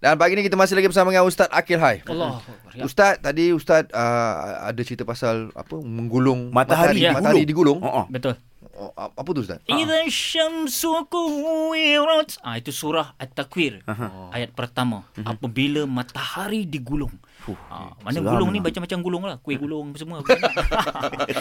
Dan pagi ni kita masih lagi bersama dengan Ustaz Akil Hai. Allah. Ya. Ustaz, tadi Ustaz uh, ada cerita pasal apa menggulung matahari, Matahari, ya. matahari digulung. Oh, oh. Betul. Oh, a- apa tu Ustaz? Idza syamsu kuwirat. Ah itu surah At-Takwir. Ayat pertama. Apabila matahari digulung. Ah, mana seram gulung ni lah. macam-macam gulung lah. Kuih gulung apa semua. Bukan.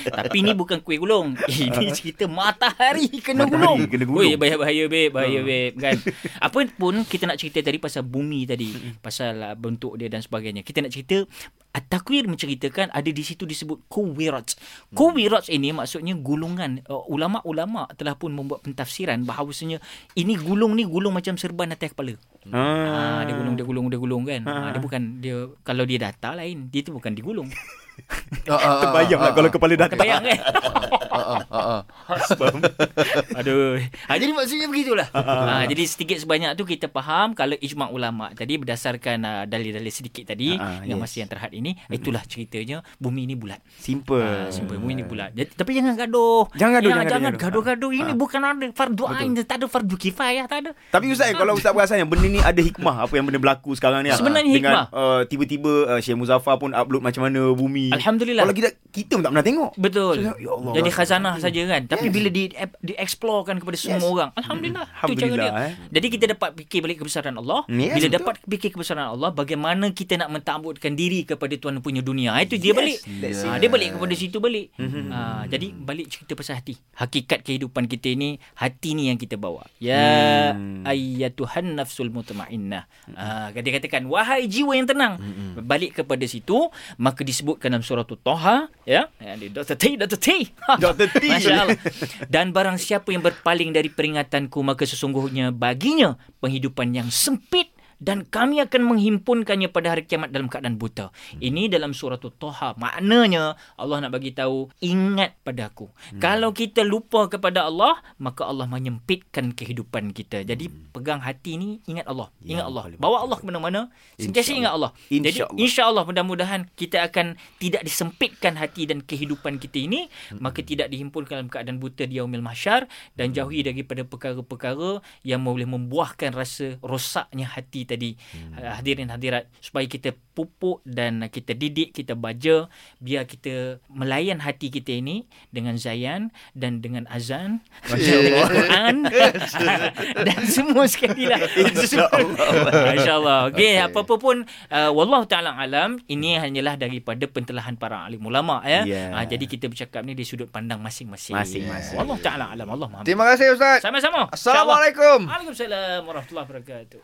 Tapi ni bukan kuih gulung. Ini cerita matahari kena gulung. Matahari kena gulung. Ha. Weh, bahaya bahaya babe, bahaya babe kan. Apa pun kita nak cerita tadi pasal bumi tadi, pasal ah, bentuk dia dan sebagainya. Kita nak cerita At-Takwir menceritakan ada di situ disebut Kuwirat. Hmm. Kuwirat ini maksudnya gulungan. Uh, ulama-ulama telah pun membuat pentafsiran bahawasanya ini gulung ni gulung macam serban atas kepala. Ha, Ah, dia gulung, dia gulung, dia gulung kan. Ah, dia bukan dia kalau dia datar lain, dia tu bukan digulung. Ah, ah, ah, Terbayang ah, lah ah, kalau kepala dah tak Terbayang kan? ah, ah, ah, ah. Aduh. Ha, jadi maksudnya begitulah. ha, jadi sedikit sebanyak tu kita faham kalau ijma' ulama tadi berdasarkan uh, dalil-dalil sedikit tadi Ah, ah, yang yes. masih yang terhad ini itulah ceritanya bumi ini bulat. Ha, Simple. simple bumi ini bulat. Jadi, tapi jangan gaduh. Jangan gaduh, Ya, jangan jangan gaduh, Ha. gaduh. gaduh. Ini bukan ada fardu ain, tak ada fardu kifayah, tak ada. Tapi Ustaz, kalau Ustaz perasan yang benda ni ada hikmah apa yang benda berlaku sekarang ni. ah. Sebenarnya Dengan, hikmah. Uh, tiba-tiba uh, Syekh Muzaffar pun upload macam mana bumi. Alhamdulillah. Kalau kita, kita pun tak pernah tengok. Betul. So, ya Allah. Jadi khazanah saja kan. Tapi bila di di-explorekan kepada semua orang, alhamdulillah. Itu cara dia. Alhamdulillah, eh. Jadi kita dapat fikir balik kebesaran Allah. Yes, bila betul. dapat fikir kebesaran Allah, bagaimana kita nak mentambutkan diri kepada Tuhan punya dunia. Ah, Itu dia balik. that's Ha, dia it. balik kepada situ balik. Ha, jadi balik cerita pasal hati. Hakikat kehidupan kita ni, hati ni yang kita bawa. Ya ayyatuhan nafsul mutmainnah. Ha, dia katakan wahai jiwa yang tenang. Balik kepada situ, maka disebutkan dalam surah Taha, ya. Ya, di- Dr. T, Dr. T. Ha, Dr. T. Masya Allah. Dan barang siapa yang berpaling dari peringatanku maka sesungguhnya baginya penghidupan yang sempit dan kami akan menghimpunkannya pada hari kiamat dalam keadaan buta. Ini dalam surah Toha. Maknanya Allah nak bagi tahu ingat pada aku. Kalau kita lupa kepada Allah, maka Allah menyempitkan kehidupan kita. Jadi pegang hati ni ingat Allah. Ya, Ingat Allah. boleh Hmm. Bawa Allah ke mana-mana. Sentiasa ingat Allah. Jadi InsyaAllah. InsyaAllah mudah-mudahan kita akan tidak disempitkan hati dan kehidupan kita ini. Maka tidak dihimpunkan dalam keadaan buta di yaumil mahsyar. Dan jauhi daripada perkara-perkara yang boleh membuahkan rasa rosaknya hati tadi. Ah, Hadirin hadirat. Supaya kita pupuk dan kita didik, kita baja. Biar kita melayan hati kita ini dengan zayan dan dengan azan. dengan Quran. dan semua sekali lah. InsyaAllah. Okey, Okey. okay. apa-apa pun uh, wallahu taala alam ini hanyalah daripada pentelahan para alim ulama ya. Yeah. Ah, jadi kita bercakap ni di sudut pandang masing-masing. Masing-masing. Wallahu taala alam. Allah Maha. Terima kasih Ustaz. Sama-sama. Assalamualaikum. Waalaikumsalam warahmatullahi wabarakatuh.